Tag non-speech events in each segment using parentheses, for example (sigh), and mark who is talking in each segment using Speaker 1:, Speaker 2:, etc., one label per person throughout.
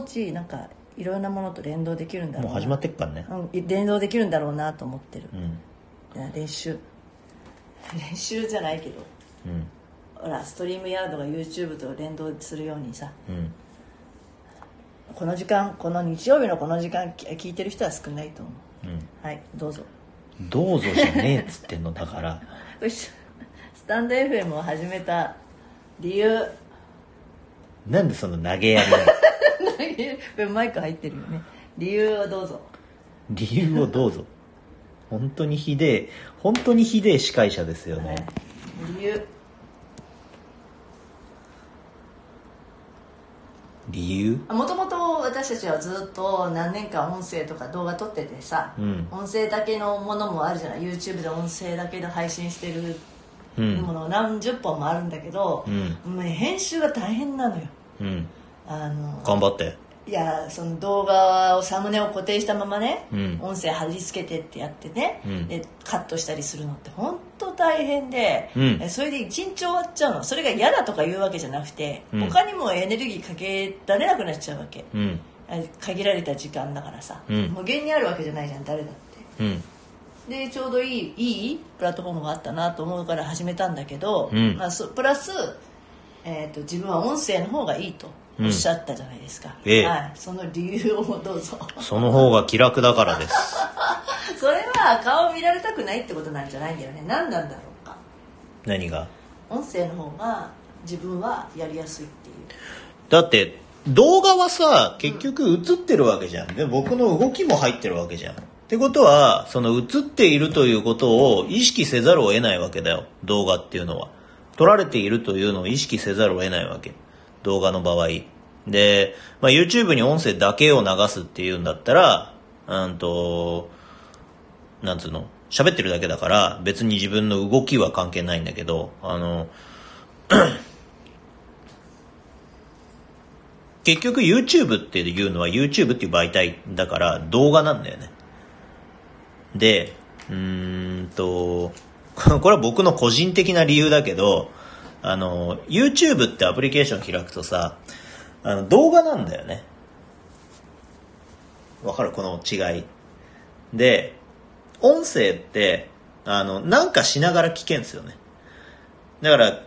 Speaker 1: ちなんかいろんなものと連動できるんだろう
Speaker 2: もう
Speaker 1: な
Speaker 2: 始まってっからね
Speaker 1: うん、連動できるんだろうなと思ってる
Speaker 2: う、ん
Speaker 1: 練習 (laughs) 練習じゃないけど
Speaker 2: うん
Speaker 1: ほらストリームヤードが YouTube と連動するようにさ
Speaker 2: うん
Speaker 1: この時間この日曜日のこの時間き聞いてる人は少ないと思う
Speaker 2: うん
Speaker 1: はいどうぞ
Speaker 2: どうぞじゃねえっつってんのだから
Speaker 1: よいし (laughs) ょスタンド FM を始めた理由
Speaker 2: なんでその投げやり (laughs) なの
Speaker 1: これマイク入ってるよね理由をどうぞ
Speaker 2: 理由をどうぞ本当にひでえ本当にひでえ司会者ですよね、
Speaker 1: 理由
Speaker 2: 理由
Speaker 1: もともと私たちはずっと何年間音声とか動画撮っててさ、
Speaker 2: うん
Speaker 1: 音声だけのものもあるじゃない YouTube で音声だけで配信してる
Speaker 2: うん
Speaker 1: もの何十本もあるんだけど、
Speaker 2: うん
Speaker 1: もう編集が大変なのよ
Speaker 2: うん
Speaker 1: あの
Speaker 2: 頑張って
Speaker 1: いやその動画をサムネを固定したままね、
Speaker 2: うん
Speaker 1: 音声貼り付けてってやってね、
Speaker 2: うん
Speaker 1: でカットしたりするのって本当大変で、
Speaker 2: うん
Speaker 1: えそれで一日終わっちゃうのそれが嫌だとか言うわけじゃなくて、
Speaker 2: うん
Speaker 1: 他にもエネルギーかけられなくなっちゃうわけ、
Speaker 2: うん
Speaker 1: え限られた時間だからさ、
Speaker 2: うん
Speaker 1: 無限にあるわけじゃないじゃん誰だって
Speaker 2: うん
Speaker 1: でちょうどいいいいプラットフォームがあったなと思うから始めたんだけど、
Speaker 2: うん
Speaker 1: まあ、そプラス、えー、と自分は音声の方がいいとおっしゃったじゃないですか、
Speaker 2: ええ
Speaker 1: はい、その理由をどうぞ (laughs)
Speaker 2: その方が気楽だからです
Speaker 1: それは顔を見られたくないってことなんじゃないんだよね何なんだろうか
Speaker 2: 何が
Speaker 1: 音声の方が自分はやりやすいっていう
Speaker 2: だって動画はさ結局映ってるわけじゃん、で僕の動きも入ってるわけじゃんってことはその映っているということを意識せざるを得ないわけだよ動画っていうのは撮られているというのを意識せざるを得ないわけ動画の場合で、まあ、YouTube に音声だけを流すっていうんだったらうんとなんつうの喋ってるだけだから別に自分の動きは関係ないんだけどあの結局 YouTube っていうのは YouTube っていう媒体だから動画なんだよね。で、うーんと、 (laughs) ここれは僕の個人的な理由だけど、あの、YouTube ってアプリケーション開くとさ、あの動画なんだよね。わかるこの違い。で、音声って、あの、なんかしながら聞けんすよね。だから、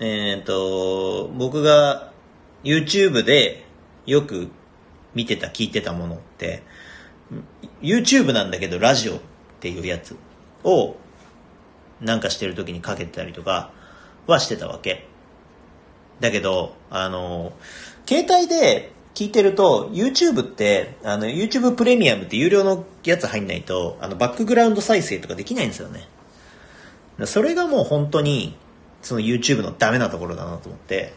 Speaker 2: えっ、と、僕が YouTube でよく見てた、聞いてたものって、YouTube なんだけどラジオっていうやつをなんかしてる時にかけてたりとかはしてたわけ。だけど、あの、携帯で聞いてると YouTube って、あの YouTube プレミアムって有料のやつ入んないと、あのバックグラウンド再生とかできないんですよね。それがもう本当に、その YouTube のダメなところだなと思って、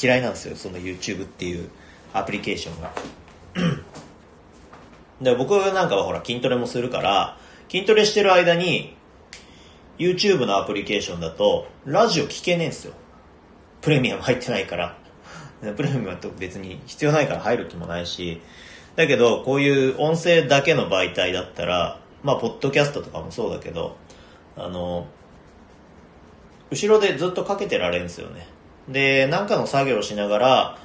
Speaker 2: 嫌いなんですよ、その YouTube っていうアプリケーションが。 (clears throat) で、僕なんかはほら筋トレもするから、筋トレしてる間に、YouTube のアプリケーションだと、ラジオ聞けねえんすよ。プレミアム入ってないから。でプレミアムは別に必要ないから入る気もないし、だけど、こういう音声だけの媒体だったら、まあ、ポッドキャストとかもそうだけど、あの、後ろでずっとかけてられるんですよね。で、なんかの作業をしながら、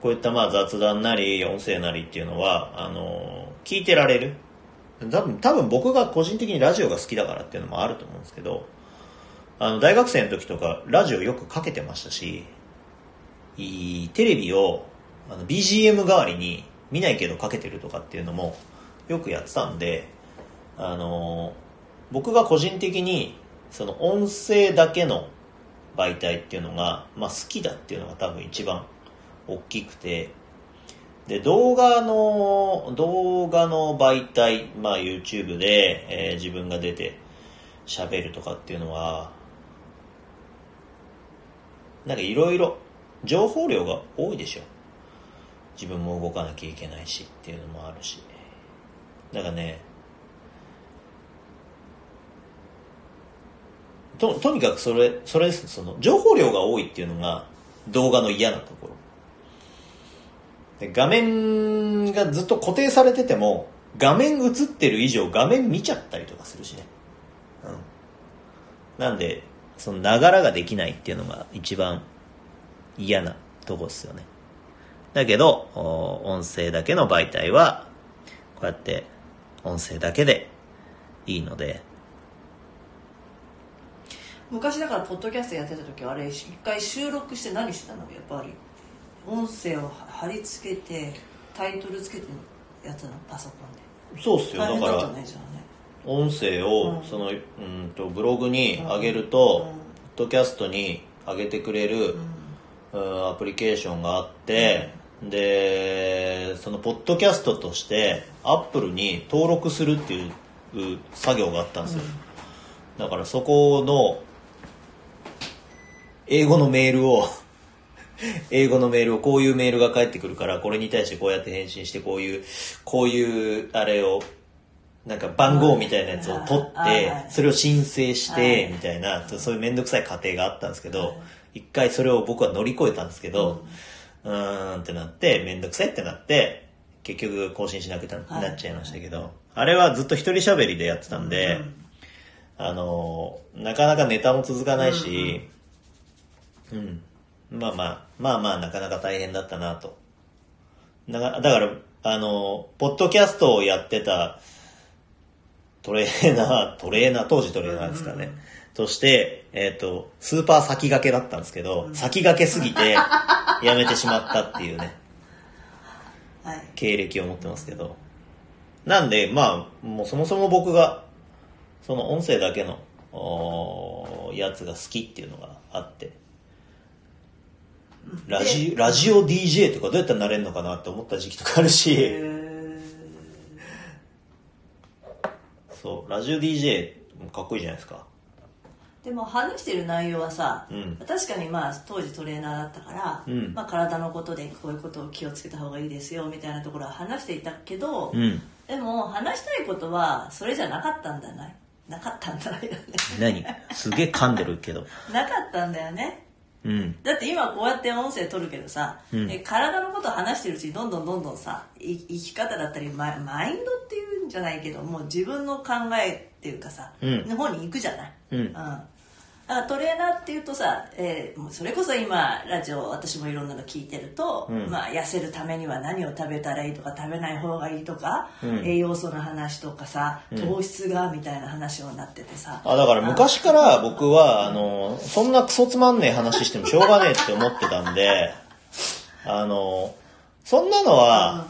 Speaker 2: こういったまあ雑談なり、音声なりっていうのは、あの、聞いてられる。多分、多分僕が個人的にラジオが好きだからっていうのもあると思うんですけど、あの、大学生の時とか、ラジオよくかけてましたし、いいテレビを、あの、BGM 代わりに見ないけどかけてるとかっていうのも、よくやってたんで、あの僕が個人的にその音声だけの媒体っていうのが、まあ、好きだっていうのが多分一番大きくてで動画の動画の媒体、まあ、YouTube で、えー自分が出て喋るとかっていうのはなんかいろいろ情報量が多いでしょ自分も動かなきゃいけないしっていうのもあるしだからねととにかくそれそれですその情報量が多いっていうのが動画の嫌なところで画面がずっと固定されてても画面映ってる以上画面見ちゃったりとかするしねうんなんでそのながらができないっていうのが一番嫌なとこっすよねだけど、お音声だけの媒体は、こうやって音声だけでいいので、
Speaker 1: 昔だからポッドキャストやってた時はあれ一回収録して何してたのやっぱり音声を貼り付けてタイトルつけてやってたのパソコンで
Speaker 2: そうっすよ、
Speaker 1: 大
Speaker 2: だ
Speaker 1: 変
Speaker 2: か
Speaker 1: だった
Speaker 2: ら、
Speaker 1: ねじゃあね
Speaker 2: 音声を、その、うんと、ブログに上げると、ポッドキャストに上げてくれる、うんアプリケーションがあって、で、その、ポッドキャストとして、アップルに登録するっていうう作業があったんですよ。だから、そこの、英語のメールを、 (laughs) 英語のメールをこういうメールが返ってくるからこれに対してこうやって返信してこういうこういうあれをなんか番号みたいなやつを取っ
Speaker 1: はいは
Speaker 2: て
Speaker 1: い
Speaker 2: それを申請し
Speaker 1: は
Speaker 2: て
Speaker 1: い
Speaker 2: みたいなそういう面倒くさい過程があったんですけど一回それを僕は乗り越えたんですけどうーんってなって面倒くさいってなって結局更新しなくな
Speaker 1: はい
Speaker 2: なっちゃいましたけどあれはずっと一人喋りでやってたんであのなかなかネタも続かないしうん。まあまあ、まあまあ、なかなか大変だったなと。だから、だからあの、ポッドキャストをやってたトレーナー、トレーナー、当時トレーナーですかね。として、えっ、と、スーパー先駆けだったんですけど、先駆けすぎ (laughs) て、やめてしまったっていうね、
Speaker 1: はい
Speaker 2: 経歴を持ってますけど。なんで、まあ、もうそもそも僕が、その音声だけの、おーやつが好きっていうのがあって、ラジラジオ DJ とかどうやったらなれるのかなって思った時期とかあ
Speaker 1: へ
Speaker 2: るし、
Speaker 1: ー
Speaker 2: そう、ラジオ DJ もかっこいいじゃないですか。
Speaker 1: でも話してる内容はさ、
Speaker 2: うん
Speaker 1: 確かにまあ当時トレーナーだったから、
Speaker 2: うん
Speaker 1: まあ、体のことでこういうことを気をつけた方がいいですよみたいなところは話していたけど、
Speaker 2: うん。
Speaker 1: でも話したいことはそれじゃなかったんだないなかったんだないよね (laughs)
Speaker 2: 何すげえ噛んでるけど。
Speaker 1: なかったんだよね
Speaker 2: うん。
Speaker 1: だって今こうやって音声取るけどさ、え体のことを話してるうちにどんどんどんどんさい生き方だったりママインドっていうんじゃないけどもう自分の考えっていうかさ、
Speaker 2: うん
Speaker 1: の方に行くじゃない、
Speaker 2: うん
Speaker 1: だからトレーナーっていうとさ、えーもうそれこそ今ラジオ私もいろんなの聞いてると、
Speaker 2: ん
Speaker 1: まあ、痩せるためには何を食べたらいいとか食べない方がいいとか、
Speaker 2: うん
Speaker 1: 栄養素の話とかさ糖質がみたいな話になっててさ、
Speaker 2: あ、だから昔から僕は、あの、そんなクソつまんねえ話してもしょうがねえって思ってたんで、あの、そんなのは、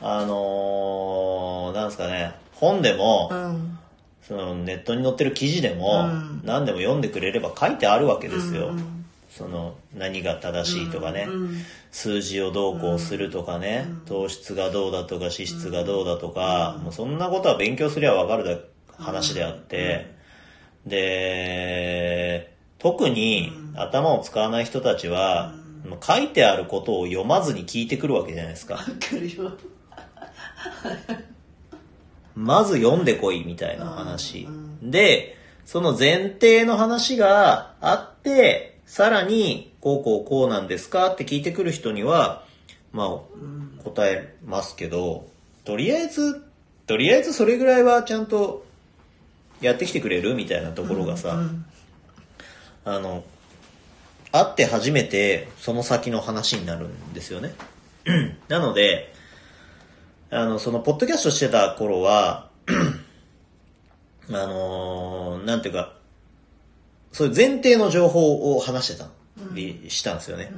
Speaker 2: あの、なんですかね、本でも、
Speaker 1: うん
Speaker 2: そのネットに載ってる記事でも、
Speaker 1: うん
Speaker 2: 何でも読んでくれれば書いてあるわけですよ、
Speaker 1: うんうん
Speaker 2: その何が正しいとかね、
Speaker 1: うん
Speaker 2: 数字をどうこうするとかね、糖質がどうだとか脂質がどうだとか、もうそんなことは勉強すりゃ分かるだ話であって、で特に頭を使わない人たちは、もう書いてあることを読まずに聞いてくるわけじゃないですか
Speaker 1: わかるよ
Speaker 2: まず読んでこいみたいな話。で、その前提の話があって、さらに、こうこうこうなんですかって聞いてくる人には、まあ、答えますけど、とりあえず、とりあえずそれぐらいはちゃんとやってきてくれるみたいなところがさ、あの、会って初めてその先の話になるんですよね。 (clears throat) なので、あの、その、ポッドキャストしてた頃は、 (clears throat) あのーなんていうか、そういう前提の情報を話してたり、したんですよね、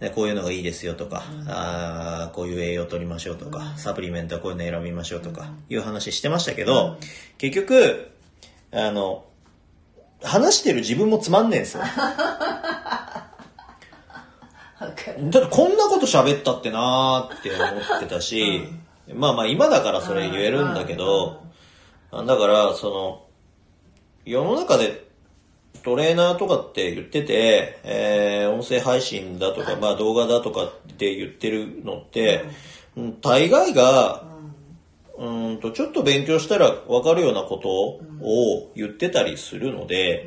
Speaker 2: でこういうのがいいですよとか、あーこういう栄養を取りましょうとか、サプリメントはこういうの選びましょうとか、いう話してましたけど、結局、あの、話してる自分もつまんねえんですよ。
Speaker 1: わかる
Speaker 2: だってこんなこと喋ったってなーって思ってたし、まあまあ今だからそれ言えるんだけど、だからその、世の中でトレーナーとかって言ってて、えー音声配信だとか、まあ動画だとかって言ってるのって、うん大概が、うーんと、ちょっと勉強したらわかるようなことを言ってたりするので、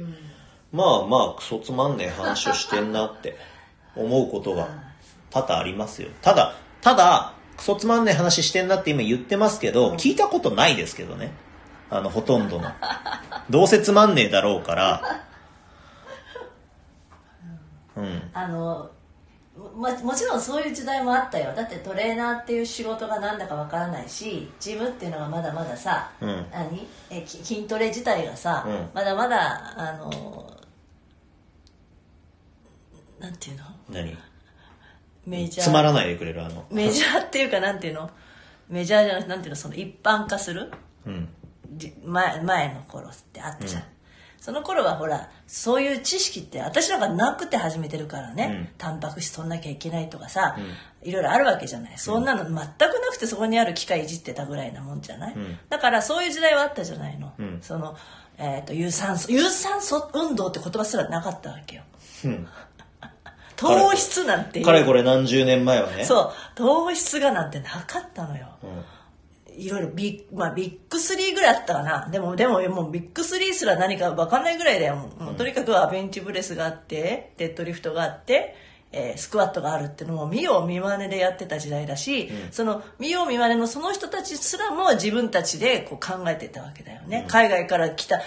Speaker 2: まあまあ、クソつまんねえ話をしてんなって思うことが多々ありますよ。ただ、ただ、クソつまんねえ話してんなって今言ってますけど、聞いたことないですけどね。あの、ほとんどの。どうせつまんねえだろうから。うん。
Speaker 1: あのももちろんそういう時代もあったよだってトレーナーっていう仕事がなんだかわからないしジムっていうのがまだまださ、
Speaker 2: うん
Speaker 1: 何えき筋トレ自体がさ、
Speaker 2: うん
Speaker 1: まだまだあのなんていうの
Speaker 2: 何
Speaker 1: メジャー
Speaker 2: つまらないでくれるあの。
Speaker 1: メジャーっていうかなんていうのメジャーじゃなくてなんていうのその一般化する
Speaker 2: うん。
Speaker 1: じ前前の頃ってあったじゃん、その頃はほらそういう知識って私なんかなくて始めてるからね、
Speaker 2: うん
Speaker 1: タンパク質取んなきゃいけないとかさ、いろいろあるわけじゃないそんなの全くなくてそこにある機械いじってたぐらいなもんじゃない、
Speaker 2: ん
Speaker 1: だからそういう時代はあったじゃないの、
Speaker 2: ん
Speaker 1: その、えー、と有酸素有酸素運動って言葉すらなかったわけよ
Speaker 2: うん。
Speaker 1: 糖質なんていう
Speaker 2: かれこれ何十年前はね。
Speaker 1: そう糖質がなんてなかったのよ、
Speaker 2: うん。
Speaker 1: いろいろビッ,、まあ、ビッグスリーぐらいあったかな。でも、でも、もうビッグスリーすら何か分かんないぐらいだよ。もうもうとにかくはベンチブレスがあって、デッドリフトがあって、えースクワットがあるってのも見よう見まねでやってた時代だし、その見よう見まねのその人たちすらも自分たちでこう考えてたわけだよね。海外から来た、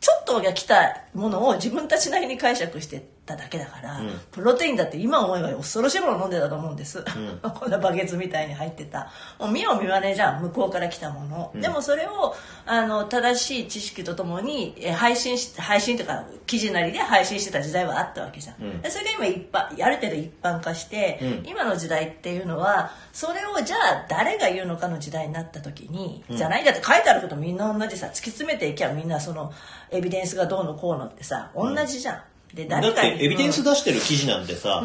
Speaker 1: ちょっとが来たものを自分たちなりに解釈してただけだから、プロテインだって今思えば恐ろしいもの飲んでたと思うんです、 (laughs) こんなバケツみたいに入ってたもう見よう見まねじゃん向こうから来たもの、でもそれをあの正しい知識とともにえ配信し配信とか記事なりで配信してた時代はあったわけじゃん、でそれが今一般ある程度一般化して、今の時代っていうのはそれをじゃあ誰が言うのかの時代になった時に、じゃないだって書いてあることみんな同じさ突き詰めていきゃみんなそのエビデンスがどうのこうのってさ同じじゃん、で
Speaker 2: だ
Speaker 1: 誰
Speaker 2: っ
Speaker 1: が
Speaker 2: てエビデンス出してる記事なんてさ、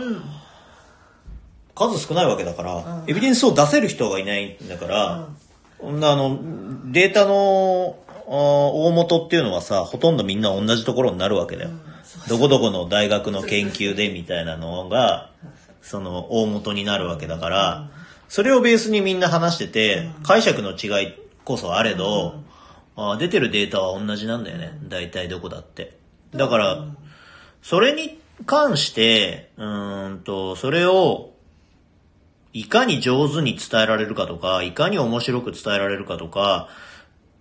Speaker 2: 数少ないわけだから、エビデンスを出せる人がいないんだから、こんなあの、データのあー大元っていうのはさ、ほとんどみんな同じところになるわけだよ。どこどこの大学の研究でみたいなのが、その大元になるわけだから、それをベースにみんな話してて、解釈の違いこそあれど、あー出てるデータは同じなんだよね。大体どこだって。だから、それに関して、うーんと、それを、いかに上手に伝えられるかとか、いかに面白く伝えられるかとか、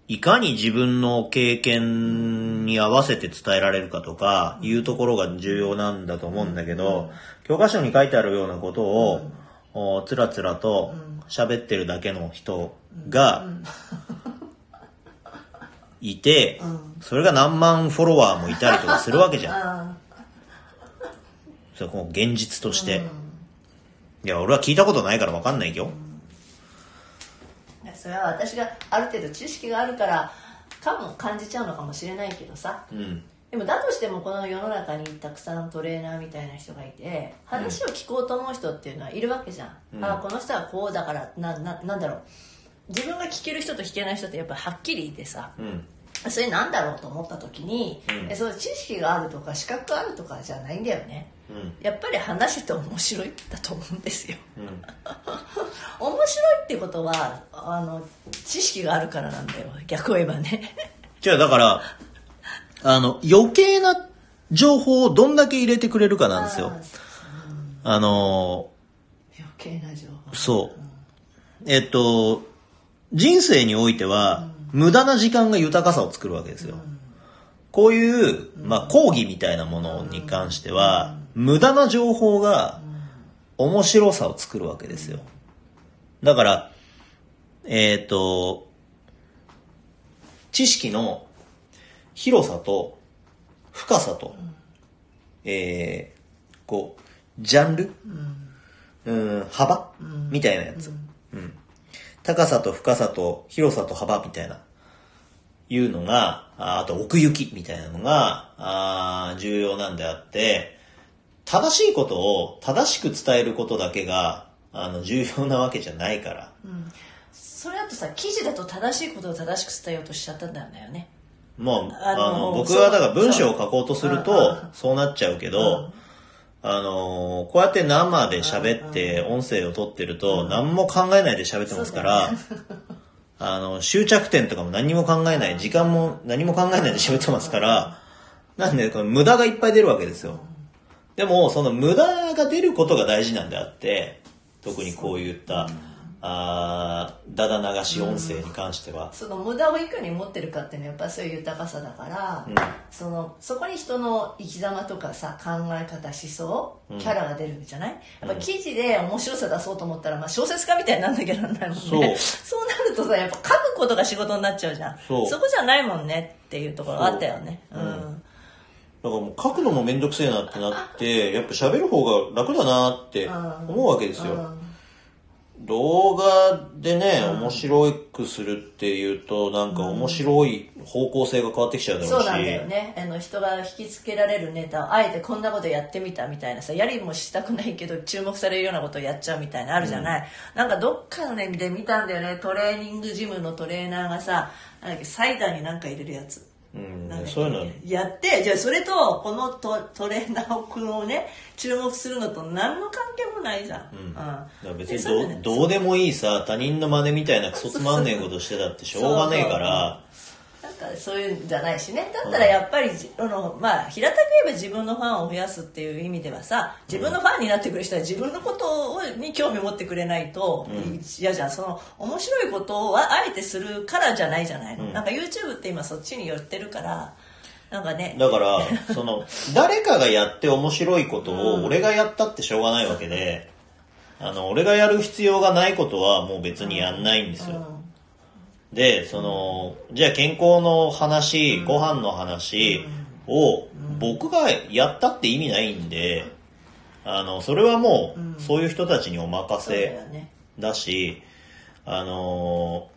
Speaker 2: いかに自分の経験に合わせて伝えられるかとか、いうところが重要なんだと思うんだけど、教科書に書いてあるようなことを、おつらつらと喋ってるだけの人が、いて、それが何万フォロワーもいたりとかするわけじゃん。
Speaker 1: あ
Speaker 2: それこう現実として、いや俺は聞いたことないから分かんないよ、
Speaker 1: ーそれは私がある程度知識があるからかも感じちゃうのかもしれないけどさ
Speaker 2: うん、
Speaker 1: でもだとしてもこの世の中にたくさんトレーナーみたいな人がいて話を聞こうと思う人っていうのはいるわけじゃん、ああこの人はこうだからなななんだろう自分が聞ける人と聞けない人ってやっぱはっきりいてさ
Speaker 2: うん、
Speaker 1: それなんだろうと思った時に、えそう知識があるとか資格があるとかじゃないんだよね、
Speaker 2: う
Speaker 1: やっぱり話してて面白いんだと思うんですよ
Speaker 2: うん、
Speaker 1: (laughs) 面白いってことはあの知識があるからなんだよ逆を言えばね
Speaker 2: じゃあだからあの余計な情報をどんだけ入れてくれるかなんですよ
Speaker 1: あー
Speaker 2: あの
Speaker 1: (laughs) 余計な情報
Speaker 2: ーそうえっと人生においては、無駄な時間が豊かさを作るわけですよ、こういう、まあ、講義みたいなものに関しては、無駄な情報が面白さを作るわけですよ。だから、えっ、と、知識の広さと深さと、えーこう、ジャンル、うん、幅、みたいなやつ、うん。高さと深さと広さと幅みたいな。いうのが、ああと奥行きみたいなのが、あー重要なんであって、正しいことを正しく伝えることだけが、あの、重要なわけじゃないから。
Speaker 1: それだとさ記事だと正しいことを正しく伝えようとしちゃったんだよね
Speaker 2: もう、
Speaker 1: あ
Speaker 2: あ
Speaker 1: の
Speaker 2: の、僕はだから
Speaker 1: そう
Speaker 2: 文章を書こうとする
Speaker 1: そう
Speaker 2: と、そうなっちゃうけど、あの、こうやって生で喋って、音声を取ってると、何も考えないで喋ってますから、あの、終着点とかも何も考えない、時間も何も考えないで喋ってますから、なんで、この無駄がいっぱい出るわけですよ。でも、その無駄が出ることが大事なんであって、特にこういった、あーだだ流し音声に関しては、
Speaker 1: その無駄をいかに持ってるかっていうのはやっぱりそういう豊かさだから、
Speaker 2: うん
Speaker 1: そのそこに人の生き様とかさ考え方思想
Speaker 2: うん
Speaker 1: キャラが出るじゃない、やっぱ記事で面白さ出そうと思ったら、まあ、小説家みたいになんなきゃなんないもんね
Speaker 2: そ
Speaker 1: (laughs)
Speaker 2: う
Speaker 1: そうなるとさやっぱ書くことが仕事になっちゃうじゃん
Speaker 2: そう
Speaker 1: こじゃないもんねっていうところあったよね、
Speaker 2: そううんうんだからもう書くのもめんどくせえなってな
Speaker 1: (laughs)
Speaker 2: ってやっぱ喋る方が楽だなって思うわけですよ、
Speaker 1: うん
Speaker 2: 動画でね、面白くするっていうと、なんか面白い方向性が変わってきちゃうだろ
Speaker 1: そうう
Speaker 2: し。
Speaker 1: なんだよねあの人が引きつけられるネタをあえてこんなことやってみたみたいなさやりもしたくないけど注目されるようなことをやっちゃうみたいなのあるじゃない、なんかどっかのねで見たんだよねトレーニングジムのトレーナーがさなんだっけサイダーになんか入れるやつ
Speaker 2: うん
Speaker 1: なんだっけ
Speaker 2: そういうの、
Speaker 1: やってじゃあそれとこのトトレーナー君をね注目するのと何の関係もないじゃん、
Speaker 2: うんだから別
Speaker 1: で
Speaker 2: に
Speaker 1: そういうの
Speaker 2: ど
Speaker 1: ね
Speaker 2: どうでもいいさ、他人の真似みたいなクソつまんねえことしてたってしょうがねえから、
Speaker 1: なんかそういうんじゃないしねだったらやっぱりじ、あのまあ、平たく言えば自分のファンを増やすっていう意味ではさ自分のファンになってくる人は自分のことをに興味を持ってくれないと嫌、じゃんその面白いことをああえてするからじゃないじゃないの、なんか YouTube って今そっちに寄ってるからなんかね
Speaker 2: だから、その、誰かがやって面白いことを俺がやったってしょうがないわけで、あの、俺がやる必要がないことはもう別にやんないんですよ。で、その、じゃあ健康の話、ご飯の話を僕がやったって意味ないんで、あの、それはもう、そういう人たちにお任
Speaker 1: そうだ
Speaker 2: せ
Speaker 1: よね
Speaker 2: だし、あの、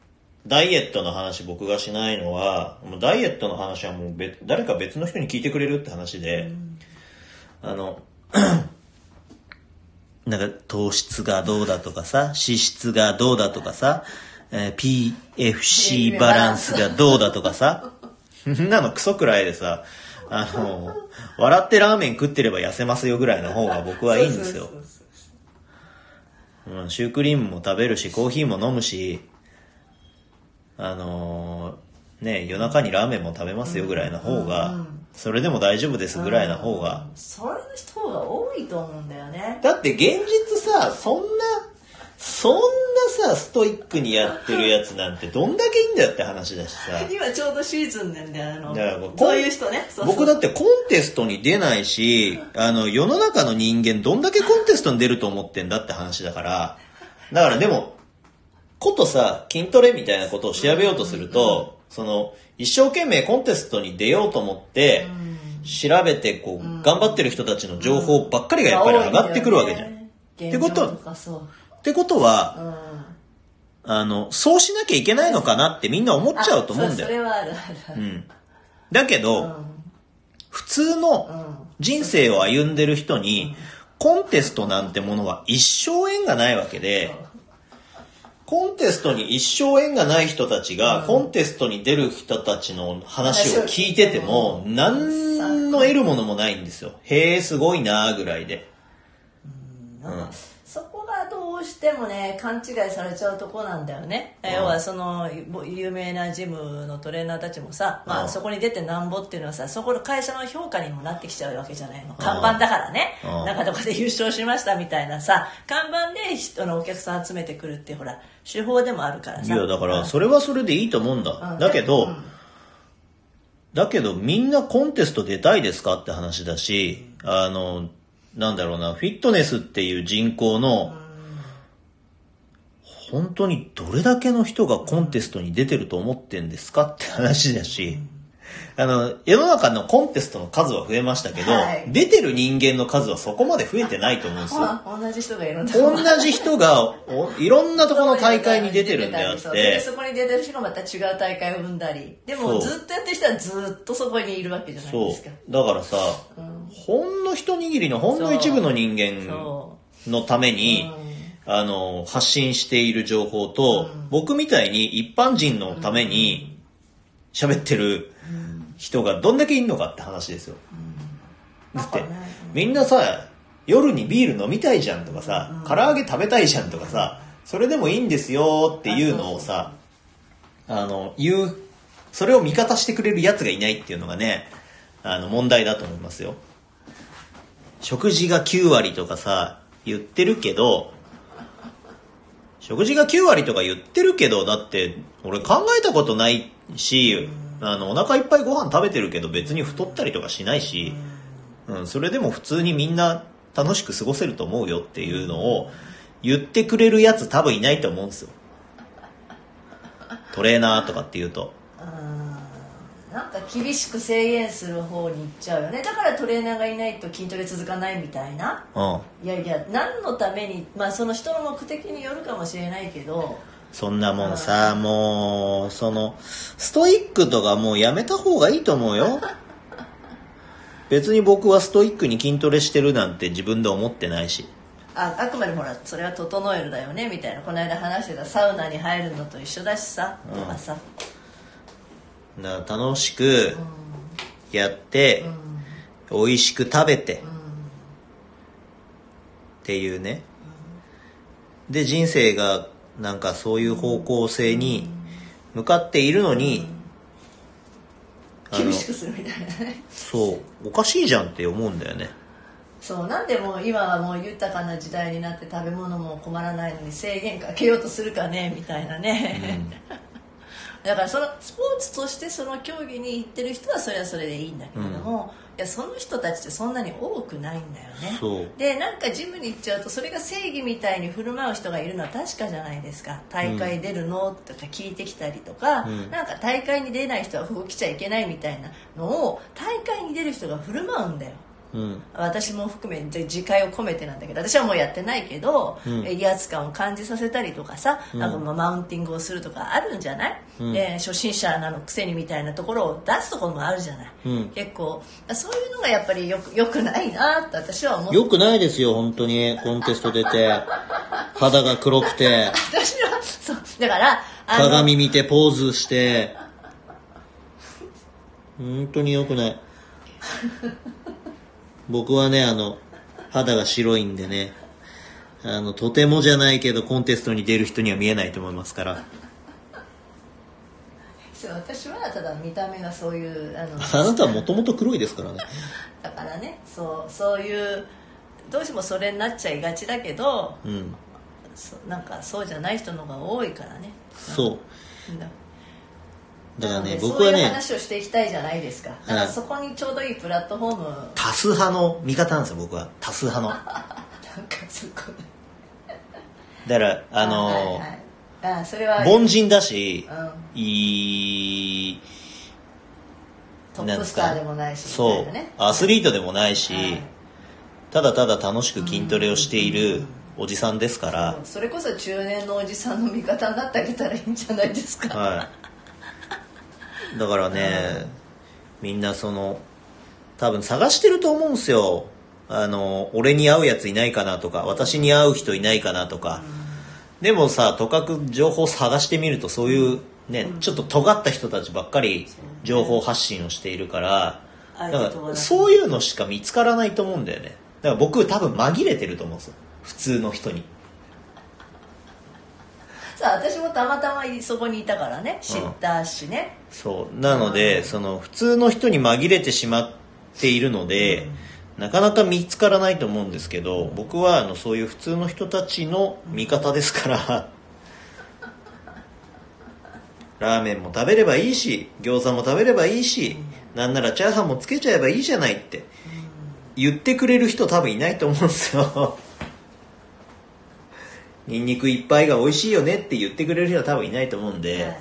Speaker 2: ダイエットの話僕がしないのは、もうダイエットの話はもう別誰か別の人に聞いてくれるって話で、あの、 (clears throat) なんか糖質がどうだとかさ、脂質がどうだとかさ、えー PFC バランスがどうだと
Speaker 1: (laughs)
Speaker 2: かさ、そんなのクソくらいでさ、あの、笑ってラーメン食ってれば痩せますよぐらいの方が僕はいいんですよ
Speaker 1: そう。そうそう
Speaker 2: うん、シュークリームも食べるし、コーヒーも飲むし、あのーね、夜中にラーメンも食べますよぐらいの方が、それでも大丈夫ですぐらいの方が、
Speaker 1: それの人が多いと思うんだよね
Speaker 2: だって現実さ、そんな、そんなさ、ストイックにやってるやつなんてどんだけいいんだよって話だしさ。
Speaker 1: 今ちょうどシーズンなんだよあの
Speaker 2: だからこう
Speaker 1: そういう人ねそうそう
Speaker 2: 僕だってコンテストに出ないし、あの、世の中の人間どんだけコンテストに出ると思ってんだって話だから、だからでも、ことさ、筋トレみたいなことを調べようとすると、その、一生懸命コンテストに出ようと思って、調べてこう、頑張ってる人たちの情報ばっかりがやっぱり上がってくるわけじゃん。っ
Speaker 1: って
Speaker 2: こと
Speaker 1: とかそう
Speaker 2: てことは、
Speaker 1: うん
Speaker 2: あの、そうしなきゃいけないのかなってみんな思っちゃうと思う
Speaker 1: あ
Speaker 2: んだ
Speaker 1: そ
Speaker 2: よ。
Speaker 1: れはあるあ
Speaker 2: う
Speaker 1: る
Speaker 2: ん。だけ
Speaker 1: ある
Speaker 2: ど、普通の、
Speaker 1: うんうん
Speaker 2: 人生を歩んでる人に、コンテストなんてものは一生縁がないわけで、コンテストに一生縁がない人たちが、コンテストに出る人たちの話を聞いてても、何の得るものもないんですよ。へえ、すごいなーぐらいで。
Speaker 1: なんかそこがどうしてもね勘違いされちゃうとこなんだよね、要はそのぼ有名なジムのトレーナーたちもさ、ま
Speaker 2: う
Speaker 1: あ、
Speaker 2: ん
Speaker 1: そこに出てなんぼっていうのはさそこの会社の評価にもなってきちゃうわけじゃないの看板だからね、
Speaker 2: うん
Speaker 1: なんかどこで優勝しましたみたいなさ看板で人のお客さん集めてくるってほら手法でもあるから
Speaker 2: い
Speaker 1: さ
Speaker 2: や、だか
Speaker 1: う
Speaker 2: ら、
Speaker 1: ん
Speaker 2: それはそれでいいと思うんだ。だけど、だけどみんなコンテスト出たいですかって話だし、あの、なんだろうな、フィットネスっていう人口の、本当にどれだけの人がコンテストに出てると思ってんですかって話だし、あの、世の中のコンテストの数は増えましたけど、
Speaker 1: はい
Speaker 2: 出てる人間の数はそこまで増えてないと思うんです
Speaker 1: ほ (laughs)
Speaker 2: よ。
Speaker 1: ら同じ人がいるんだ
Speaker 2: 同じ人がおいろんなところの大会に出てるんであっ
Speaker 1: そうで
Speaker 2: て、
Speaker 1: そこに出てる人がまた違う大会を生んだりでも
Speaker 2: そう
Speaker 1: ずっとやってる人はずっとそこにいるわけじゃない
Speaker 2: そ
Speaker 1: ですか
Speaker 2: う。だからさ、ほんの一握りのほんの一部の人間
Speaker 1: そ
Speaker 2: のため
Speaker 1: う
Speaker 2: に、
Speaker 1: うん
Speaker 2: あの、発信している情報と、僕みたいに一般人のために喋ってる人がどんだけいんのかって話ですよ。だって
Speaker 1: なんかね、
Speaker 2: みんなさ、夜にビール飲みたいじゃんとかさ、唐揚げ食べたいじゃんとかさ、それでもいいんですよっていうのをさ、あの、言う、それを味方してくれる奴がいないっていうのがね、あの、問題だと思いますよ。食事が9割とかさ、言ってるけど、食事が9割とか言ってるけど、だって、俺考えたことないし、あの、お腹いっぱいご飯食べてるけど別に太ったりとかしないし、うん、それでも普通にみんな楽しく過ごせると思うよっていうのを言ってくれるやつ多分いないと思うんですよ。トレーナーとかって言うと。
Speaker 1: うんなんか厳しく制限する方に行っちゃうよねだからトレーナーがいないと筋トレ続かないみたいな
Speaker 2: うん。
Speaker 1: いやいや何のためにまあその人の目的によるかもしれないけど
Speaker 2: そんなもんさ、もう、その、ストイックとかもうやめた方がいいと思うよ。別に僕はストイックに筋トレしてるなんて自分で思ってないし。
Speaker 1: ああくまでほらそれは整えるだよねみたいなこの間話してたサウナに入るのと一緒だしさ、とかさ、
Speaker 2: だから楽しくやって、美味しく食べて、っていうね。で、人生がなんかそういう方向性に向かっているのに、あの
Speaker 1: 厳しくするみたいなね
Speaker 2: そう、おかしいじゃんって思うんだよね。
Speaker 1: そうなんでもう今はもう豊かな時代になって食べ物も困らないのに制限かけようとするかねみたいなね、だからそのスポーツとしてその競技に行ってる人はそれはそれでいいんだけれども、いやその人たちってそんなに多くないんだよね
Speaker 2: そう
Speaker 1: でなんかジムに行っちゃうとそれが正義みたいに振る舞う人がいるのは確かじゃないですか大会出るの、とか聞いてきたりとか、なんか大会に出ない人は動きちゃいけないみたいなのを大会に出る人が振る舞うんだよ
Speaker 2: うん。
Speaker 1: 私も含めじゃ自戒を込めてなんだけど私はもうやってないけど、え威圧感を感じさせたりとかさ、なんかまあマウンティングをするとかあるんじゃない、で初心者なのくせにみたいなところを出すところもあるじゃない、
Speaker 2: うん
Speaker 1: 結構そういうのがやっぱりよくよくないなって私は思って
Speaker 2: よくないですよ、本当に。コンテスト出て。肌が黒くて、
Speaker 1: 私は (laughs) そうだからあの
Speaker 2: 鏡見てポーズして。本当に良くない。僕はね、あの、肌が白いんでね。あの、とてもじゃないけど、コンテストに出る人には見えないと思いますから。
Speaker 1: そう私はただ見た目がそういうあの
Speaker 2: あなたはもともと黒いですからね。
Speaker 1: だからねそうそういうどうしてもそれになっちゃいがちだけど
Speaker 2: うん。
Speaker 1: そうなんかそうじゃない人の方が多いからね
Speaker 2: そう。
Speaker 1: だ
Speaker 2: だから
Speaker 1: な
Speaker 2: ね、
Speaker 1: ので
Speaker 2: 僕は
Speaker 1: そういう
Speaker 2: ね、
Speaker 1: 話をしていきたいじゃないですかだからそこにちょうどいいプラットフォームなんか
Speaker 2: 多数派の味方なんですよ、僕は。多数派の。
Speaker 1: すごい
Speaker 2: だから、あの
Speaker 1: はいはいあそれは
Speaker 2: 凡人だし、
Speaker 1: う
Speaker 2: いい、
Speaker 1: トップスターでもないしみ
Speaker 2: そ
Speaker 1: た
Speaker 2: う
Speaker 1: いなね、
Speaker 2: アスリートでもないし、
Speaker 1: はい
Speaker 2: ただただ楽しく筋トレをしているおじさんですから、
Speaker 1: それこそ中年のおじさんの味方になってあげたらいいんじゃないですか、
Speaker 2: はい。だからね、みんなその、多分探してると思うんですよ。あの、俺に合うやついないかなとか、私に合う人いないかなとか。でもさ、とかく情報探してみると、そういうね、ちょっと尖った人たちばっかり情報発信をしているから、
Speaker 1: あえて尖
Speaker 2: だ
Speaker 1: ら
Speaker 2: か
Speaker 1: ない
Speaker 2: らそういうのしか見つからないと思うんだよね。だから僕多分紛れてると思うんですよ。普通の人に。
Speaker 1: さあ私もたまたまそこにいたからね知ったしね、
Speaker 2: そうなので、その普通の人に紛れてしまっているので、なかなか見つからないと思うんですけど僕はあのそういう普通の人たちの味方ですから、 (laughs) ラーメンも食べればいいし餃子も食べればいいし、なんならチャーハンもつけちゃえばいいじゃないって言ってくれる人多分いないと思うんです
Speaker 1: (laughs)
Speaker 2: よニンニクいっぱいが美味しいよねって言ってくれる人は多分いないと思うんで、
Speaker 1: はい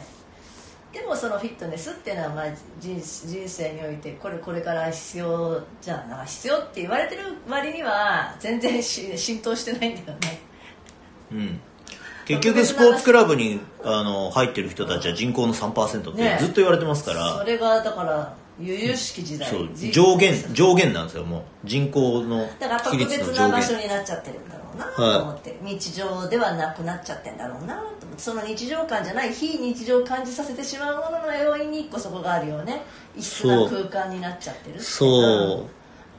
Speaker 1: でもそのフィットネスっていうのはまあ人人生においてこれこれから必要じゃあな必要って言われてる割には全然し浸透してないんだよね
Speaker 2: うん結局スポーツクラブにあの入ってる人たちは人口の3%って
Speaker 1: ね
Speaker 2: ずっと言われてますか
Speaker 1: そ
Speaker 2: ら、
Speaker 1: れがだから由々しき時代
Speaker 2: そう
Speaker 1: 人
Speaker 2: 上限上限なんですよもう人口の
Speaker 1: だから
Speaker 2: 比
Speaker 1: 特
Speaker 2: 率
Speaker 1: 別
Speaker 2: の
Speaker 1: な
Speaker 2: 上
Speaker 1: 場所
Speaker 2: 限
Speaker 1: になっちゃってるんだろうなと思って、日常ではなくなっちゃってんだろうなと思ってその日常感じゃない非日常を感じさせてしまうものの要因に一個そこがあるよね異質な
Speaker 2: そ
Speaker 1: 空間になっちゃってるって
Speaker 2: そ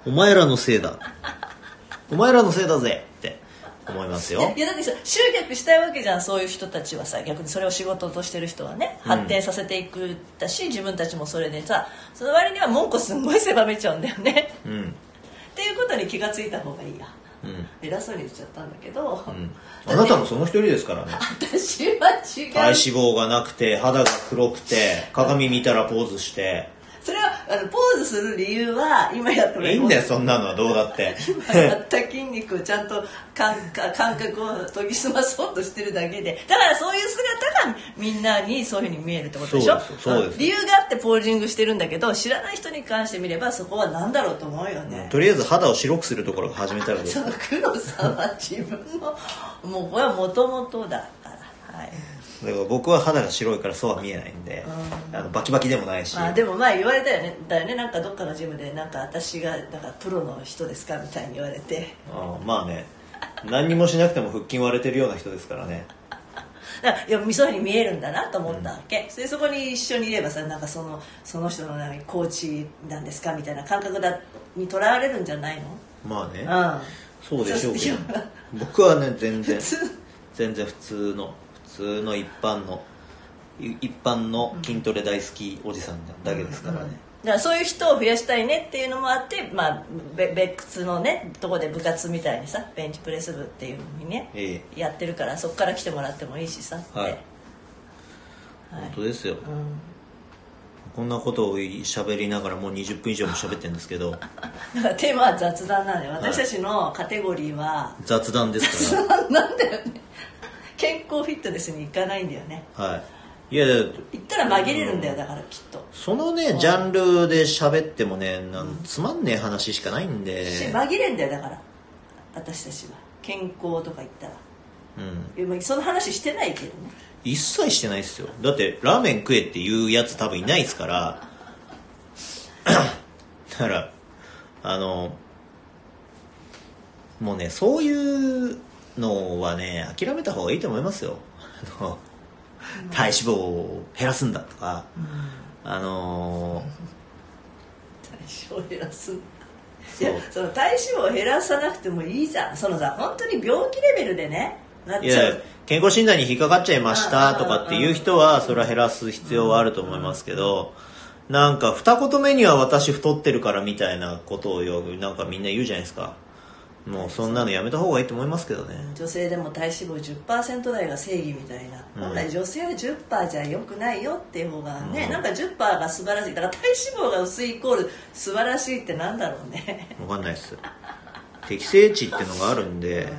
Speaker 2: うお前らのせいだお前らのせいだぜって思いますよ
Speaker 1: いやいやだってさ集客したいわけじゃんそういう人たちはさ逆にそれを仕事としてる人はね発展させていくだし、自分たちもそれでさその割には文句すんごい狭めちゃうんだよね
Speaker 2: うん
Speaker 1: っていうことに気がついた方がいいや
Speaker 2: うん
Speaker 1: 偉そうに言っちゃったんだけど、 (laughs)
Speaker 2: うんあなたもその一人ですからね
Speaker 1: 私は違う
Speaker 2: 体脂肪がなくて肌が黒くて鏡見たらポーズして
Speaker 1: それはあのポーズする理由は今やった
Speaker 2: いいんだよそんなのはどう
Speaker 1: (laughs)
Speaker 2: だって
Speaker 1: 今やった筋肉をちゃんと感覚感覚を研ぎ澄まそうとしてるだけでだからそういう姿がみんなにそういうふうに見えるってことでしょ
Speaker 2: そうですそうです
Speaker 1: 理由があってポージングしてるんだけど知らない人に関して見ればそこは何だろうと思うよね、
Speaker 2: とりあえず肌を白くするところが始めたらどう
Speaker 1: その黒さは自分のもうこれはもともとだからはい
Speaker 2: だから僕は肌が白いからそうは見えないんで、あのバキバキでもないし、
Speaker 1: まあでもまあ言われたよねだよねなんかどっかのジムでなんか私がなんかプロの人ですかみたいに言われて
Speaker 2: あまあね何にもしなくても腹筋割れてるような人ですからね
Speaker 1: だからいやそういうふうに見えるんだなと思ったわけ、でそこに一緒にいればさなんかそのその人の何コーチなんですかみたいな感覚だにとらわれるんじゃないの
Speaker 2: まあね、
Speaker 1: うん
Speaker 2: そうでしょうけ
Speaker 1: い
Speaker 2: ど
Speaker 1: や
Speaker 2: 僕はね全然
Speaker 1: 普通
Speaker 2: 全然普通の普通の一般のい一般の筋トレ大好きおじさんだけですからね、
Speaker 1: だからそういう人を増やしたいねっていうのもあって、まあ、べ別のねとこで部活みたいにさベンチプレス部っていうのにね、
Speaker 2: え
Speaker 1: やってるからそこから来てもらってもいいしさっ
Speaker 2: え
Speaker 1: て、
Speaker 2: はい、
Speaker 1: はい
Speaker 2: 本当ですよ、
Speaker 1: うん
Speaker 2: こんなことを喋りながらもう20分以上も喋ってるんですけど
Speaker 1: だからテーマは雑談なのよ私たちのカテゴリーは
Speaker 2: 雑談ですか
Speaker 1: なんだよね健康フィットネスに行かないんだよね
Speaker 2: らはいいやだって
Speaker 1: 行ったら紛れるんだよだからきっと
Speaker 2: そのねジャンルで喋ってもねなんつまんねえ話しかないんで
Speaker 1: し紛れんだよだから私たちは健康とか言ったら
Speaker 2: うん
Speaker 1: いやまあその話してないけどね
Speaker 2: 一切してないっすよだってラーメン食えっていうやつ多分いないっすから (clears throat) だからあのもうねそういうのはね諦めた方がいいと思いますよあの体脂肪を減らすんだとか、あの
Speaker 1: 体脂肪を減らすい
Speaker 2: そう
Speaker 1: やその体脂肪を減らさなくてもいいじゃんそのさ本当に病気レベルでねなっ
Speaker 2: い
Speaker 1: ちゃ
Speaker 2: や
Speaker 1: う
Speaker 2: 健康診断に引っかかっちゃいましたとかっていう人はそれは減らす必要はあると思いますけどなんか二言目には私太ってるからみたいなことをよくなんかみんな言うじゃないですかもうそんなのやめた方がいいと思いますけどね
Speaker 1: 女性でも体脂肪10%台が正義みたいな、
Speaker 2: うん
Speaker 1: 本来女性は10%じゃ良くないよっていう方がね、なんか10%が素晴らしいだから体脂肪が薄いイコール素晴らしいってなんだろうね
Speaker 2: わかんないです適正値ってのがあるんで
Speaker 1: なん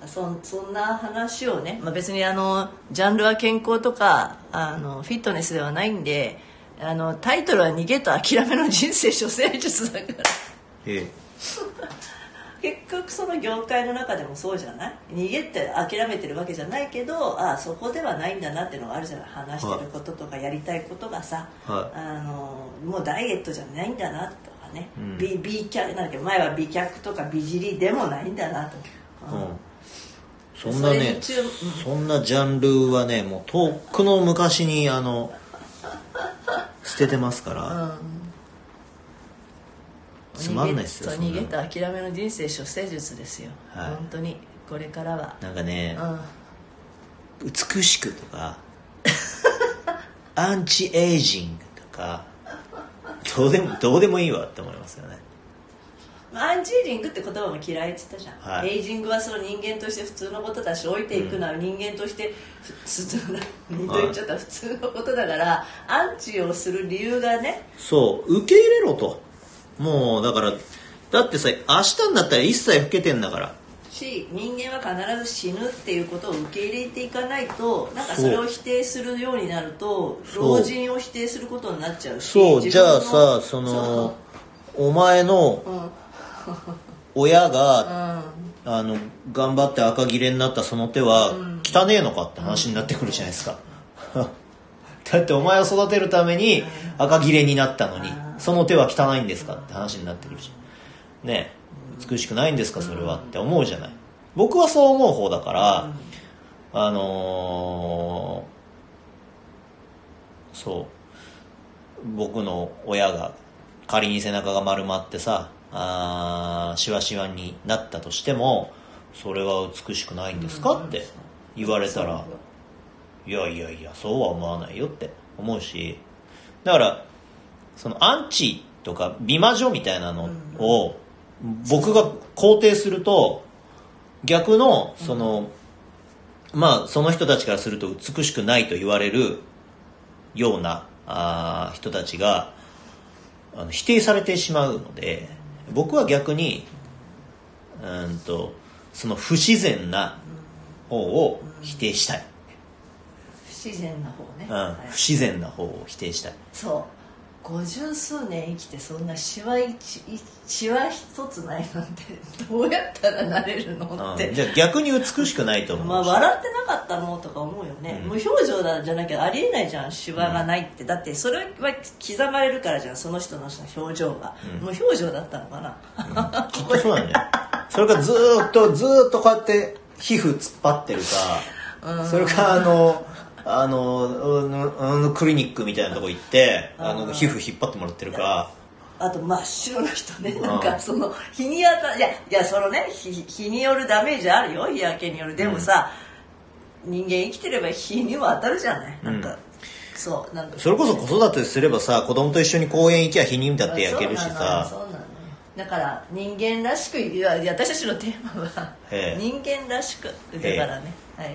Speaker 1: かそんそんな話をね、まあ、別にあのジャンルは健康とかあのフィットネスではないんであのタイトルは「逃げと諦めの人生処世術」だから
Speaker 2: え
Speaker 1: (laughs) 結局その業界の中でもそうじゃない逃げって諦めてるわけじゃないけどああそこではないんだなっていうのがあるじゃない話してることとかやりたいことがさ、
Speaker 2: はい
Speaker 1: あのもうダイエットじゃないんだなとかね、
Speaker 2: うん
Speaker 1: B, B 脚なんだっけ前は B 脚とか美尻でもないんだなと
Speaker 2: え
Speaker 1: うん
Speaker 2: うんそんな
Speaker 1: それ
Speaker 2: ね
Speaker 1: に注目うん
Speaker 2: そんなジャンルはねもうとっくの昔にあの捨ててますからつまんないっすよ
Speaker 1: 逃
Speaker 2: そんな
Speaker 1: げ
Speaker 2: の
Speaker 1: と逃げと諦めの人生処世術ですよ、
Speaker 2: はい
Speaker 1: 本当にこれからは、
Speaker 2: なんかね、
Speaker 1: うん
Speaker 2: 美しくとかアンチエイジングとかどうでもどうでもいいわって思いますよね
Speaker 1: まあアンジーリングって言葉も嫌いって言ったじゃん、
Speaker 2: はい
Speaker 1: エイジングはその人間として普通のことだし老いていくのは人間としてふ普通の二度言っちゃった普通のことだからアンチをする理由がね
Speaker 2: そう受け入れろともうだからだってさ明日になったら一切老けてんだから
Speaker 1: し人間は必ず死ぬっていうことを受け入れていかないとなんかそれを否定するようになると
Speaker 2: そう
Speaker 1: 老人を否定することになっちゃうし
Speaker 2: そう
Speaker 1: 自
Speaker 2: じ
Speaker 1: 分
Speaker 2: ゃ
Speaker 1: の
Speaker 2: あさそのお前の
Speaker 1: うん
Speaker 2: 親が、
Speaker 1: うん
Speaker 2: あの頑張って赤切れになったその手は、汚えのかって話になってくるじゃないですか (laughs) だってお前を育てるために赤切れになったのにその手は汚いんですかって話になってくるじゃんねえ美しくないんですかそれはって思うじゃない僕はそう思う方だから、あのーそう僕の親が仮に背中が丸まってさあーシワシワになったとしてもそれは美しくないんですかって言われたらいやいやいやそうは思わないよって思うしだからそのアンチとか美魔女みたいなのを僕が肯定すると、逆の、その、まあ、その人たちからすると美しくないと言われるようなあー人たちがあの否定されてしまうので、僕は逆に、うーんと、その不自然な方を否定したい。
Speaker 1: 不自然な方ね、
Speaker 2: うん、
Speaker 1: はい
Speaker 2: 不自然な方を否定したい。
Speaker 1: そう五十数年生きてそんなシワ一シワ一つないなんて (laughs) どうやったらなれるの
Speaker 2: う
Speaker 1: っ
Speaker 2: ん
Speaker 1: て、
Speaker 2: じゃあ逆に美しくないと思う。
Speaker 1: まあ、笑ってなかったのとか思うよね、
Speaker 2: うん
Speaker 1: 無表情だじゃなきゃありえないじゃんシワがないって、だってそれは刻まれるからじゃんその人の表情が、無表情だったのかな、
Speaker 2: きっとそうなんじゃないそれかずーっとずーっとこうやって皮膚突っ張ってるかそれかあのあのうんうんクリニックみたいなとこ行ってあの皮膚引っ張ってもらってるか
Speaker 1: あと真っ白な人ね、
Speaker 2: ん
Speaker 1: なんかその日に当たいやいやそのね日日によるダメージあるよ日焼けによるでもさ、人間生きてれば日には当たるじゃないなんか、そうなんか
Speaker 2: それこそ子育てすればさ子供と一緒に公園行きゃ避妊だって焼けるし
Speaker 1: そ
Speaker 2: さ
Speaker 1: うなのよそうなのよだから人間らしくいやいや私たちのテーマは
Speaker 2: ええ
Speaker 1: 人間らしくだからね、はい、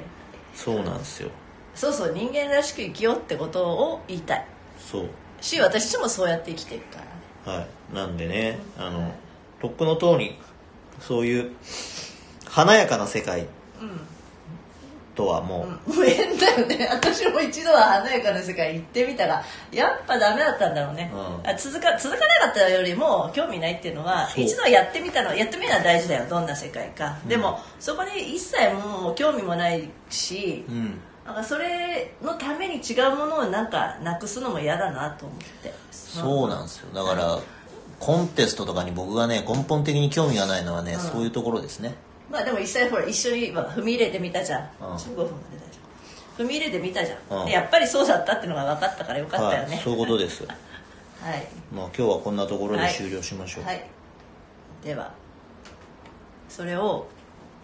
Speaker 2: そうなんですよ
Speaker 1: そうそう人間らしく生きようってことを言いたい
Speaker 2: そう
Speaker 1: し私たちもそうやって生きてるからね
Speaker 2: はい、なんでねあのとっくの塔にそういう華やかな世界とはもう、
Speaker 1: 無縁だよね私も一度は華やかな世界行ってみたらやっぱダメだったんだろうね、
Speaker 2: うん
Speaker 1: あ続か続かなかったよりも興味ないっていうのは
Speaker 2: そう
Speaker 1: 一度やってみたのやってみるのは大事だよどんな世界か、でもそこに一切もう興味もないし、
Speaker 2: うん
Speaker 1: なんかそれのために違うものをなんかなくすのも嫌だなと思って
Speaker 2: そうなんですよだからコンテストとかに僕がね根本的に興味がないのはね、そういうところですね
Speaker 1: まあでも一際ほら一緒にまあ踏み入れてみたじゃん、
Speaker 2: うん
Speaker 1: 15分まで大丈夫踏み入れてみたじゃん、
Speaker 2: うん
Speaker 1: でやっぱりそうだったっていうのが分かったからよかったよ
Speaker 2: は
Speaker 1: ね
Speaker 2: い、そういうことです
Speaker 1: はい
Speaker 2: まあ今日はこんなところで終了しましょう、
Speaker 1: はい、ではそれを